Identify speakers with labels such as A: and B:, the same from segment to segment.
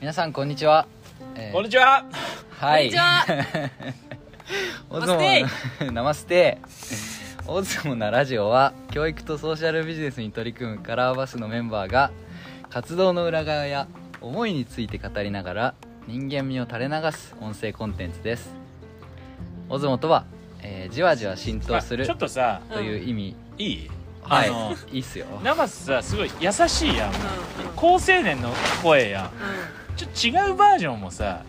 A: 皆さんこんにちは、えー
B: こんにちは。
A: はい
C: こんにちは
A: オズモの ナマステオズモなラジオは教育とソーシャルビジネスに取り組むカラーバスのメンバーが活動の裏側や思いについて語りながら人間味を垂れ流す音声コンテンツですオズモとは、えーじわじわ浸透する
B: あ ちょっとさ、
A: という意味、
B: いい？
A: はい
B: あの
A: いいっすよ
B: 生瀬さすごい優しいやん。
C: うんうん
B: 高青年の声やん。
C: う
B: ちょっと違うバージョンもさ、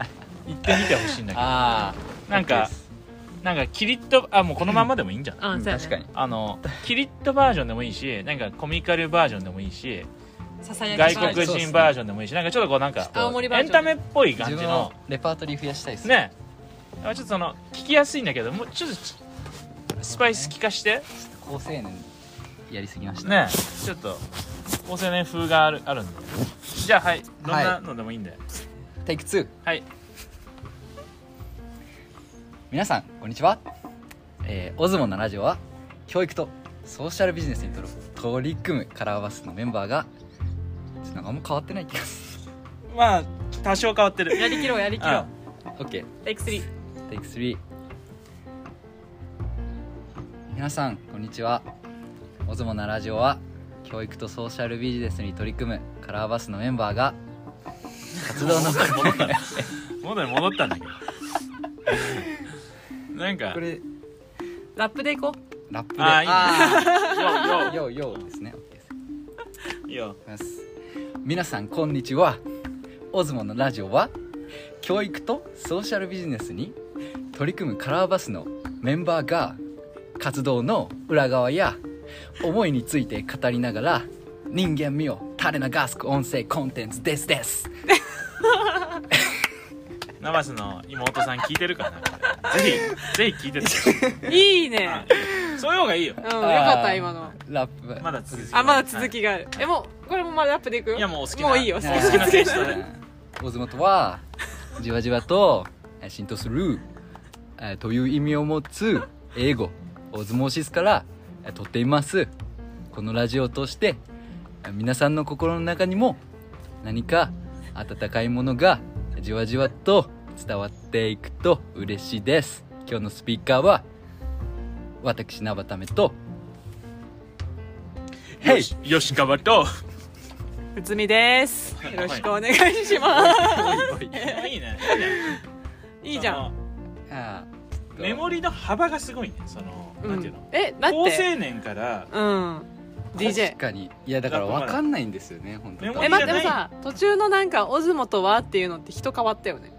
B: 言ってみてほしいんだけど。
A: ああ
B: なんかなんかキリッとあもうこのまんまでもいいんじゃ ない？
C: んうんそうやね
A: 確かに
B: あのキリッとバージョンでもいいし、なんかコミカルバージョンでもいいし、
C: ささやき
B: 外
C: バージョン
B: 国人バージョンでもいいし、なんかちょっとこうなんか
A: と
C: 青森バ
B: エ
C: ー
B: ン
C: ジョ
B: タ
C: ン
B: メっぽい感
A: 自
B: じ
A: 分
B: の
A: のレパートリー増やしたいです
B: ね。あちょっとその聞きやすいんだけど、もうちょっとちスパイス効かして。
A: 高青年やりすぎました
B: ねえちょっと高青年風があるあるんでじゃあはいどんなのでもいいんで
A: テイク2
B: はい
A: 皆さんこんにちは、えー、オズモのラジオは教育とソーシャルビジネスにとる取り組むカラーバスのメンバーがちょっとなんかあんま変わってない気がす
B: まあ多少変わってる
C: やりきろうやりきろう
A: る OK テ
C: テイク3
A: イク3皆さんこんにちはオズモのラジオは教育とソーシャルビジネスに取り組むカラーバスのメンバーが活動 の
B: 戻ったね元に戻ったんだけどなんか
A: これ
C: ラップでいこ
A: ラップで
B: あ
A: あー
B: よ
A: ようようですね OK です
B: うよ
A: ます皆さんこんにちはオズモのラジオは教育とソーシャルビジネスに取り組むカラーバスのメンバーが活動の裏側や思いについて語りながら人間味を垂れ流す音声コンテンツですです
B: うナバスの妹さん聞いてるかなこれぜひぜひ聞いてて
C: ういいね
B: あそういう方がいいよ
C: うんよかった今の
A: ラップ
B: まだ続き
C: あまだ続きがあるえもうこれもまだラップでいく
B: いやもうお好きな
C: もういいよ
B: お
C: 好
B: 好
C: き
B: き
C: な
B: な選手とね
A: オズモとはじわじわとえー浸透するえーという意味を持つ英語オズモシスからえー取っていますこのラジオを通してえー皆さんの心の中にも何か温かいものがじわじわと伝わっていくと嬉しいです今日のスピーカーは私ナバタメと
B: はいよし吉川と
C: うつみですよろしくお願いします
B: いいねいいね
C: いいじゃん
A: あーちょっと
B: メモリの幅がすごいねその
C: う
B: なん
C: ん
B: ていうの
C: えだっ
B: 高青
C: て
B: 年から
C: うん DJ
A: 確かにいやだから分かんないんですよね本当
B: メモ
C: え
B: リ
C: 待
B: じ
C: っ
B: ゃ
C: て
B: ない
C: でもさ途中のなんか「オズモとは?」っていうのって人変わったよね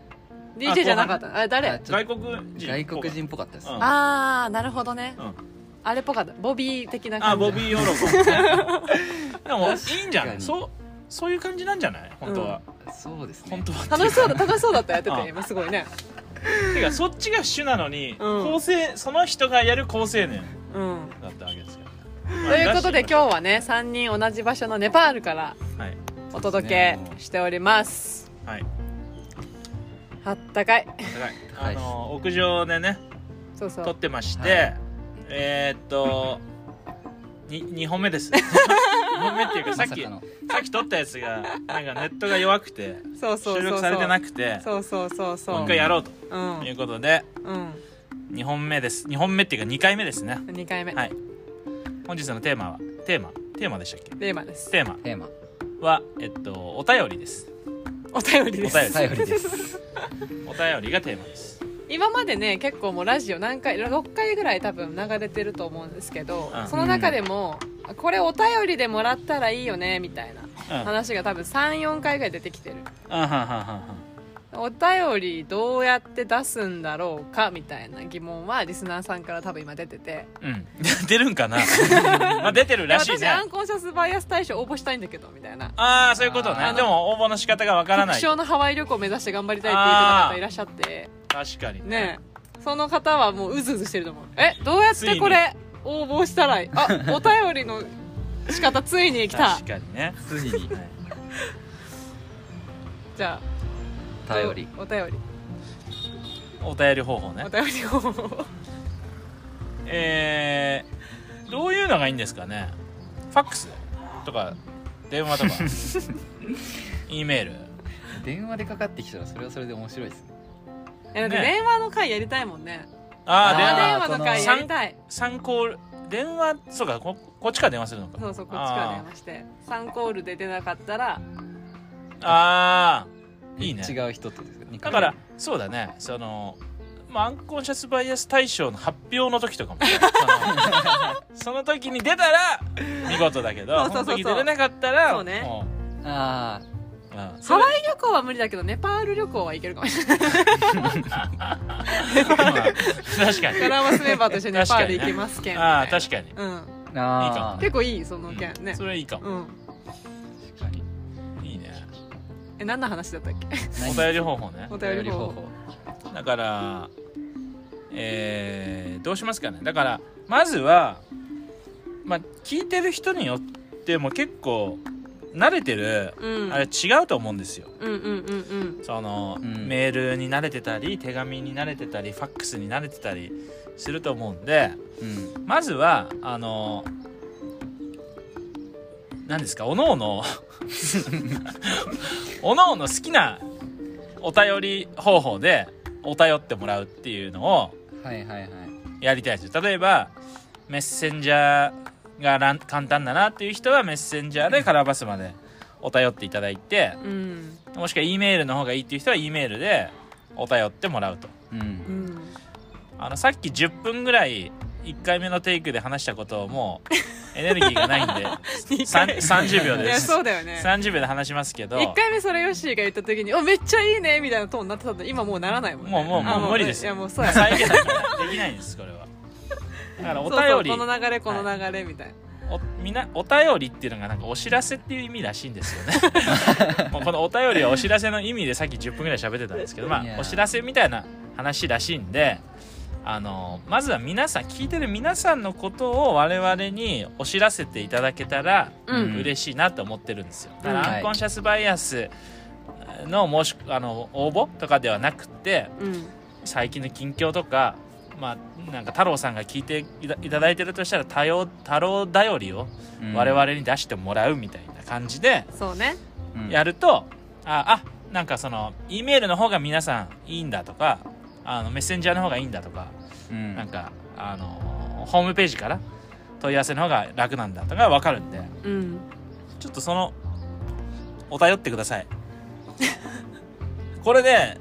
C: DJ じゃなかったあれ
A: あ
C: 誰
A: ちょっ
B: 外
A: と
B: 国人
A: 外国人っぽかったです、
B: うん
C: あーなるほどね
B: うん
C: あれっぽかったボビー的な
B: あ
C: 感じ
B: ボビー・ヨロ コでもいいんじゃ
A: 確か
B: ん
A: に
B: そうそういう感じなんじゃない本当は、
A: そうですね
B: 本当は
C: 楽しそうだ楽しそうだったやって
B: う
C: て
B: ん
C: 今すごいね
B: てかそっちが主なのに、
C: うん
B: 構成その人がやる構成年
C: うん
B: だったわけですよ
C: ということで今日はね3人同じ場所のネパールから
B: はい
C: お届けしております
B: はい
C: あったかい
B: 高い
A: 高
B: あ
A: いっす
B: の屋上でね
C: そうそ
B: 撮っ
C: う
B: てまして、
A: はい
B: えー、っとに2本目 です二本目っていうかさっ
A: ま
B: き
A: さかの
B: さっき撮ったやつがなんかネットが弱くて
C: そうそうそうそう
B: 収録されてなくて
C: そうそうそうそう
B: もう一回やろうと
C: うん
B: いうことで
C: うん
B: 2本目です2本目っていうか2回目ですね
C: 2回目
B: はい本日のテーマはテーマテーマでしたっけ
C: テーマです
B: テーマ
A: テーマ
B: はえっとお便りです
C: お便りです
B: お便り
A: 頼りです
B: お便りがテーマです
C: 今までね結構もうラジオ何回6回ぐらい多分流れてると思うんですけど、
B: うん
C: その中でも、これお便りでもらったらいいよねみたいな
B: うんうんはんはん
C: 話が多分34回ぐらい出てきてる
B: はんはん
C: お便りどうやって出すんだろうかみたいな疑問はリスナーさんから多分今出てて、
B: うん、 出るん かなまあ出てるらしい
C: 私
B: ね
C: アンコンシャスバイアス大賞応募したいんだけどみたいな
B: ああそういうこと
A: あ
B: ね
A: ー
B: でも応募の仕方がわから
C: 副
B: ない
C: 賞
B: 確
C: のハワイ旅行を目指して頑張りたいっていう方いらっしゃって
B: かに
C: ねえその方はもううずうずしてると思うえどうやってこれ応募したらいいあお便りの仕方ついに来た
B: 確かにね
A: ついに
C: じゃあ
A: 頼り
C: お便り
B: お便り方法ね
C: お便りを
B: えー、どういうのがいいんですかね ファックスとか電話とか E メール
A: 電話でかかってきたらそれはそれで面白いですね
C: いやだって
B: ね
C: 電話の回やりたいもんね
A: あー
C: 生
B: ああ
C: 電話の回やりたい
B: 参考電話そうかここっちから電話するのか
C: そうそうこっちから電話して3コールで出なかったら
B: ああいいね
A: 違う人とですね
B: だからそうだねそのまあアンコンシャスバイアス対象の発表の時とかもねその その時に出たら見事だけど
C: そうそうそうそう
B: その時出れなかったら
C: そうね
B: も
A: ああ
B: ううん
C: ハワイ旅行は無理だけどネパール旅行は行ける かもしれない
B: まあ確 かに
C: カラーマスメンバーと一緒にネパール行きますけん
B: ああ確かに
C: かに、うん、
A: ああ
C: 結構いいその件
B: うん
C: ね
B: それいいかも
C: うん
A: 確かに
B: いいね
C: え何の話だったっ け
B: お便り方法ね
C: お便り方法
B: だからえーどうしますかねだからまずはまあ聞いてる人によっても結構慣れてる
C: うん
B: あれ違うと思うんですよ
C: うんうんうんうん
B: その、
A: うん
B: メールに慣れてたり手紙に慣れてたりファックスに慣れてたりすると思うんで
A: うん
B: まずはあの何ですかおのおの おのおの好きなお便り方法でお便ってもらうっていうのを
A: はいはいはい
B: やりたいです例えばメッセンジャーがらん簡単だなっていう人はメッセンジャーでカラーバスまでお便っていただいて
C: うん
B: もしくは E メールの方がいいっていう人は E メールでお便ってもらうと
A: うん
C: うん
B: あのさっき10分ぐらい1回目のテイクで話したことをも うエネルギーがないんでさん30秒
C: い
B: で
C: や
B: す
C: そうだよね
B: 30秒で話しますけど
C: 一回目それヨッシーが言った時に「おめっちゃいいね」みたいなトーンになってたの今もうならないもんね
B: もうもうもう
C: あ
B: 無理です
C: いやもうそうや
B: 再現できないんですこれはだ からお便り
C: そうそうこの流れこの流れみたいな、
B: おみなお便りっていうのがなんかお知らせっていう意味らしいんですよね もうこのお便りはお知らせの意味でさっき10分ぐらい喋ってたんですけど、ま
A: いや
B: あ、
A: ー
B: お知らせみたいな話らしいんであのまずは皆さん聞いてる皆さんのことを我々にお知らせていただけたら
C: うん
B: 嬉しいなと思ってるんですよ、だか
C: うん
B: ら
A: はい
B: アンコンシャスバイアスの申しあの応募とかではなくて
C: うん
B: 最近の近況とかまあなんか太郎さんが聞いていたいただいてるとしたら太陽太郎頼りを
A: うん
B: 我々に出してもらうみたいな感じで
C: そうね
A: うん
B: やると、ああなんかその E メールの方が皆さんいいんだとかあのメッセンジャーの方がいいんだとか
A: うん
B: なんかあのホームページから問い合わせの方が楽なんだとか分かるんで
C: うん
B: ちょっとそのお便ってくださいこれで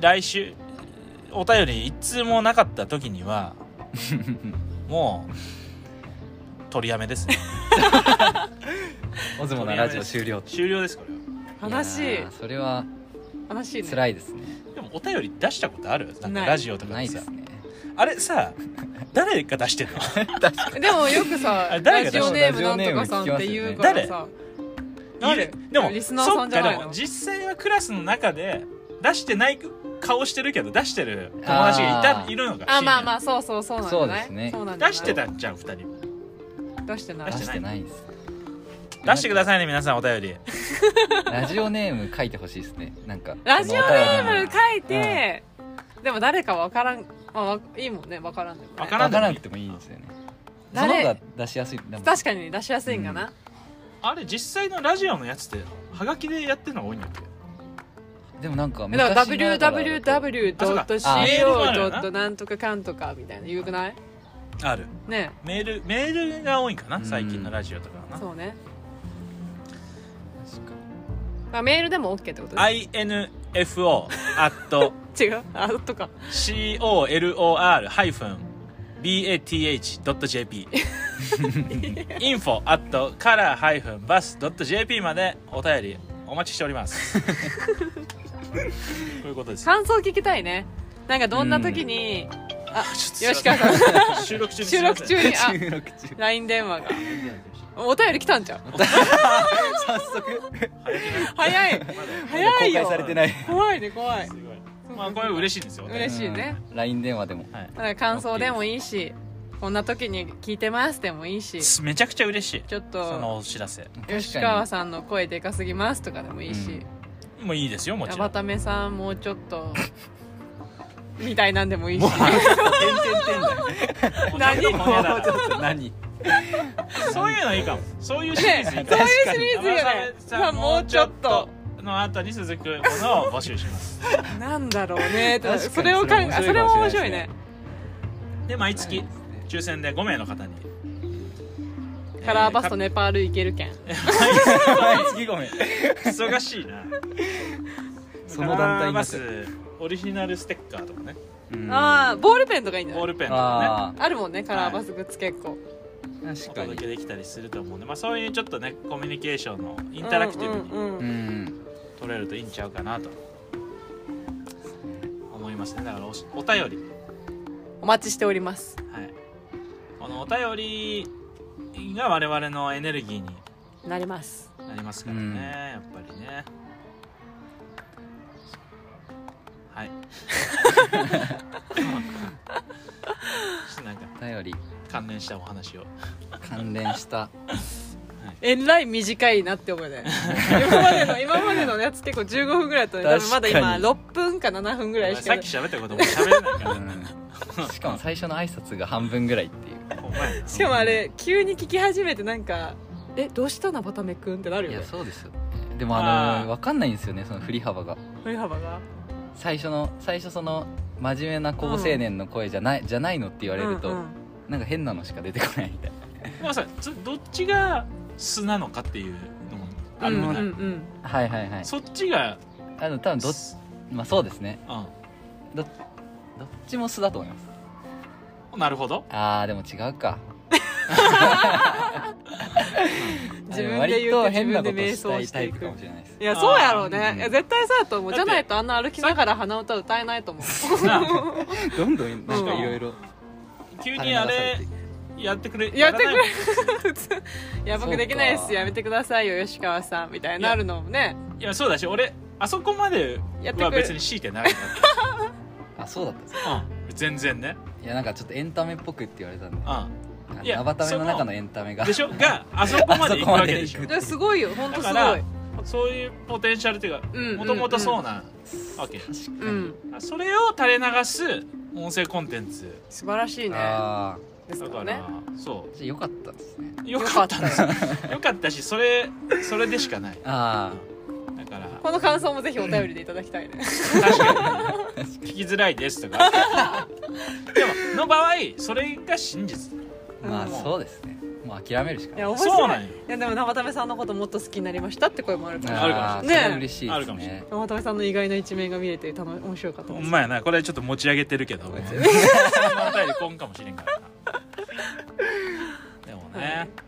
B: 来週お便り一通もなかった時 にはもう取りやめですね
A: オズモのラジオ終了
B: 終了ですこれは。
C: 悲しい
A: いやーそれは
C: 悲しいね
A: 辛いですね
B: でもお便り出したことあるなん
C: な
B: か
C: い
B: ラジオとか
A: ない
B: で
A: で
B: さ
A: すね
B: あれさ誰が出 してんの
C: でもよくさ
B: あ誰が出
C: ラジオ
B: した
C: ネームなんとかさんって言うからさ、誰
B: いるでも
C: リスナーさんじゃないの
B: そっかでも実際はクラスの中で出してない顔してるけど出してる友達がい
A: あ
B: た
A: ー
B: いるのか
C: あまあま
B: あ
C: あそうそうそうなんじゃない
A: そうですね
C: なんじゃない
B: 出してたんじゃん2人も
C: 出してない
A: 出してないです
B: 出してくださいね皆さんお便り
A: ラジオネーム書いてほしいですねなんか
C: ラジオネ
B: ム
C: ーム書いて、でも誰かわからん、まあわ、いいもんねわからんでも、ね、
B: わ
A: 分
B: からんでも
A: か
B: いい
A: らなくてもいいですよねその
C: 誰
A: 方が出しやすい確
C: 確かに出しやすいんかな、
B: あれ実際のラジオのやつってハガキでやってるのが多いんだっけ
A: でもなんか
C: だから
A: 昔ながらだとあ
C: www.co. なんとかかんとかみたいな言うくない
B: ある
C: ね
B: メールメールが多いんかな
A: うん
B: 最近のラジオとかはな
C: そうね、
A: 確か
C: まあ、メールでも OK ってことで
B: info at
C: す違うあとか
B: color-bath.jp info at color-bus.jp までお便りお待ちしておりますこういうことです
C: 感想聞きたいねなんかどんな時に、あ
B: ちょっと
C: 吉川さん
B: 収録中に
C: 収録中 にあ
A: 収録中
C: LINE 電話がお便り来たんじゃん
A: 早速
C: 早い早い
A: 公開され
C: よ
A: てない
C: 怖いね怖い
B: すいませんまあこれ嬉しいですよお便り
C: 嬉しいね
A: うん LINE 電話でも
B: はい
C: だから感想でもいいしこんな時に聞いてますでもいいしち
B: めちゃくちゃ嬉しい
C: ょっ
B: そ
C: と
B: のお知らせ
C: 吉川さんの声でかすぎますとかでもいいし、
B: もういいですよもちろ
C: 山
B: ん
C: 田目さんもうちょっとみたいなんでもいいし
A: もう点
B: もう
C: 何
B: ちょっと
A: 々
B: も
A: 点
B: うや
A: 々もうち
B: だ
A: ょっと何
B: そういうのいいかもそういうシリーズいいか
C: そう
B: も
C: いうシリーズよね
B: 山田さんもうちょっとの後に続くものを募集します。
C: なんだろうね
A: 確かに
C: それを考えそ
A: それ
C: れ
A: 面
C: も
A: 白
C: 面白
A: い
C: い
A: か
C: ね
B: で、毎月、抽選で5名の方に。
C: カラーバスと
B: ね。
C: ネパール行けるけん
A: 毎月ごめん
B: 忙しいな。
A: その団体にな
B: ま
A: っちゃう
B: ず、オリジナルステッカーとかね。
C: ああボールペンとかいいんじゃ
B: ボー
C: ない
B: ルペンとか
A: あ
C: あるもんねカラーバスグッズ結構
A: ー
B: ね。お
A: 確か
B: 届け
A: に
B: できたりすると思うんで、まあそういうちょっとね、コミュニケーションのインタラクティブ
C: う
B: に
C: んうん
A: う
C: うん
A: ん
B: 取れるといいんちゃうかなと。思いますね。だからおしお便り。
C: お待ちしております
B: はい、このお便りが我々のエネルギーに
C: なります
B: なりますからね、
A: うん
B: やっぱりねはい ちょっとなんか
A: 頼り
B: 関連したお話を、は
A: 関連した
C: えらい短いなって思 うね今までの今までのやつ結構15分ぐらいだったのに多分まだ
A: 確か
C: 今
A: に
C: 6分か7分ぐらいし
B: さ
C: か
B: っき喋ったことも喋れないから、
A: うんしかも最初の挨拶が半分ぐらいっていう
B: お 前ら
C: しかもあれ急に聞き始めてなんか「えどうしたなバタメくん」ってなる
A: い
C: よ
A: や
C: ね
A: そうですよでもあ
B: あー
A: の分かんないんですよねその振り幅が
C: 振り幅が
A: 最初の最初その真面目な高青年の声じゃない、じゃないのって言われると、
C: うんうん
A: なんか変なのしか出てこないみたい
B: でもさつどっちが素なのかっていうのもある
C: う
B: よ
C: ん
B: ね、
C: うん
A: なはいはいはい
B: そっちが
A: あの多分どっちまあそうですね
B: う
A: どっちも素だと思います
B: んなるほ ど
A: あーでも違うか
C: 自分で言って自分で瞑
A: 割と
C: 想
A: 変なことしたい
C: し
A: タ
C: て
A: イ
C: い
A: プ
C: く
A: かもしれない です
C: いやそうやろう
A: あー
C: ね
A: うん
C: いや絶対そうやと思う
B: だ
C: じ
B: って
C: ゃないとあんな歩きながら鼻歌歌えないと思う
B: なあ
A: どんどんなんかいろいろ
B: 急にあれやってくれ
C: やってく
B: ら
C: れ
B: ない
C: いや僕できないですやめてくださいよ吉川さんみたいになるのもね
B: いやそうだし俺あそこまで
C: やって
B: は
C: くれ
B: 別に強いてないか
A: あそうだったんです
B: ら、うん、全然ね、
A: いやなんかちょっとエンタメっぽくって言われたんで
B: う
A: あ
B: いや
A: のアバタメの中のエンタメが
B: ん、でしょがあそこまで行くわけでしょ
A: あそこまで行く
C: いやすごいよ本当
B: だ
C: す
B: か
C: ご
B: ら
C: い
B: そういうポテンシャルっていうか
C: うん
B: もともとそうなわけ、
A: 確か
C: う
A: に、
C: ん
B: それを垂れ流す音声コンテンツ
C: 素晴らしいね
A: ああ
C: です
B: だ
C: か
B: からら、
C: ね
B: そ
A: じゃあよかったですね
B: うよかったん ですよよかったしそれそれでしかない
A: あ
B: だから
C: この感想もぜひお便りでいただきたいね
B: 確かに聞きづらいですとかでもの場合それが真実
A: あまあ
C: うん
A: そうですねもう諦めるしか
C: い
A: ない
C: や面
B: そう
C: 白
B: ないんよ
C: いやでも生田目さんのこともっと好きになりましたって声もあるから
B: あるか
A: あー
B: も
C: しれない
A: そ
C: ね
A: れ嬉しい
B: あ
A: で
B: る
A: す
B: かもしれな
A: ね
C: 生田目さんの意外な一面が見れて楽面白かった
B: ほ
C: で
B: ん
C: す
B: まやなこれちょっと持ち上げてるけどその
A: めんな
B: お便りこんかもしれんからなでもね、
A: 確か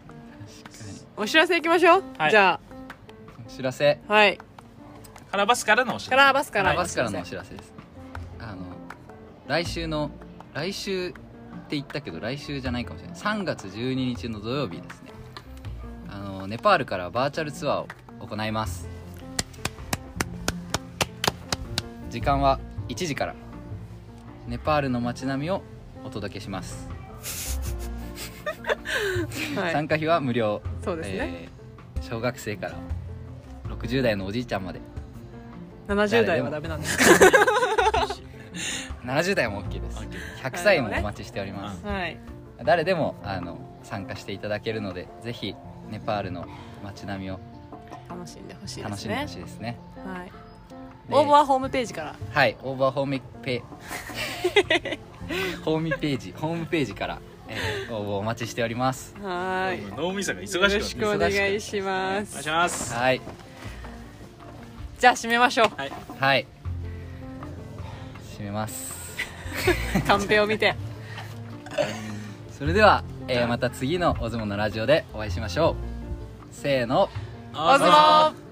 A: に
C: お知らせいきましょう、
B: はい
C: じゃ
A: お知らせ
C: あはい
B: カラバスからのお知
C: カ
B: ら
C: ラーバスか
A: かららバスからのお知らせですあの来週の来週って言ったけど来週じゃないかもしれない3月12日の土曜日ですねあのネパールからバーチャルツアーを行います時間は1時からネパールの街並みをお届けします、
C: はい
A: 参加費は無料
C: そうですね、
A: えー小学生から60代のおじいちゃんまで
C: 70代はダメなんですか
B: せ
A: 70代も OK です100歳もお待ちしております、
C: はい
A: 誰でもあの参加していただけるのでぜひネパールの街並みを
C: 楽しんでほしいで
A: 楽し
C: す
A: んで
C: ね
A: ほしいですね
C: はい
A: で
C: 応募はホームページから
A: はいオーバーホームペホー ムページホームページから、えー応募お待ちしております
C: はい
B: 脳みそが忙しく
C: よ
B: なっ
C: ろ
B: て
C: し
B: る
C: くお願いしま
B: お願い
C: す
B: します
A: はい
C: じゃあ締めましょう
B: はい
A: はい締めます
C: カンペを見て
A: それでは、えーまた次のお相撲のラジオでお会いしましょうせーの
B: お
C: おずも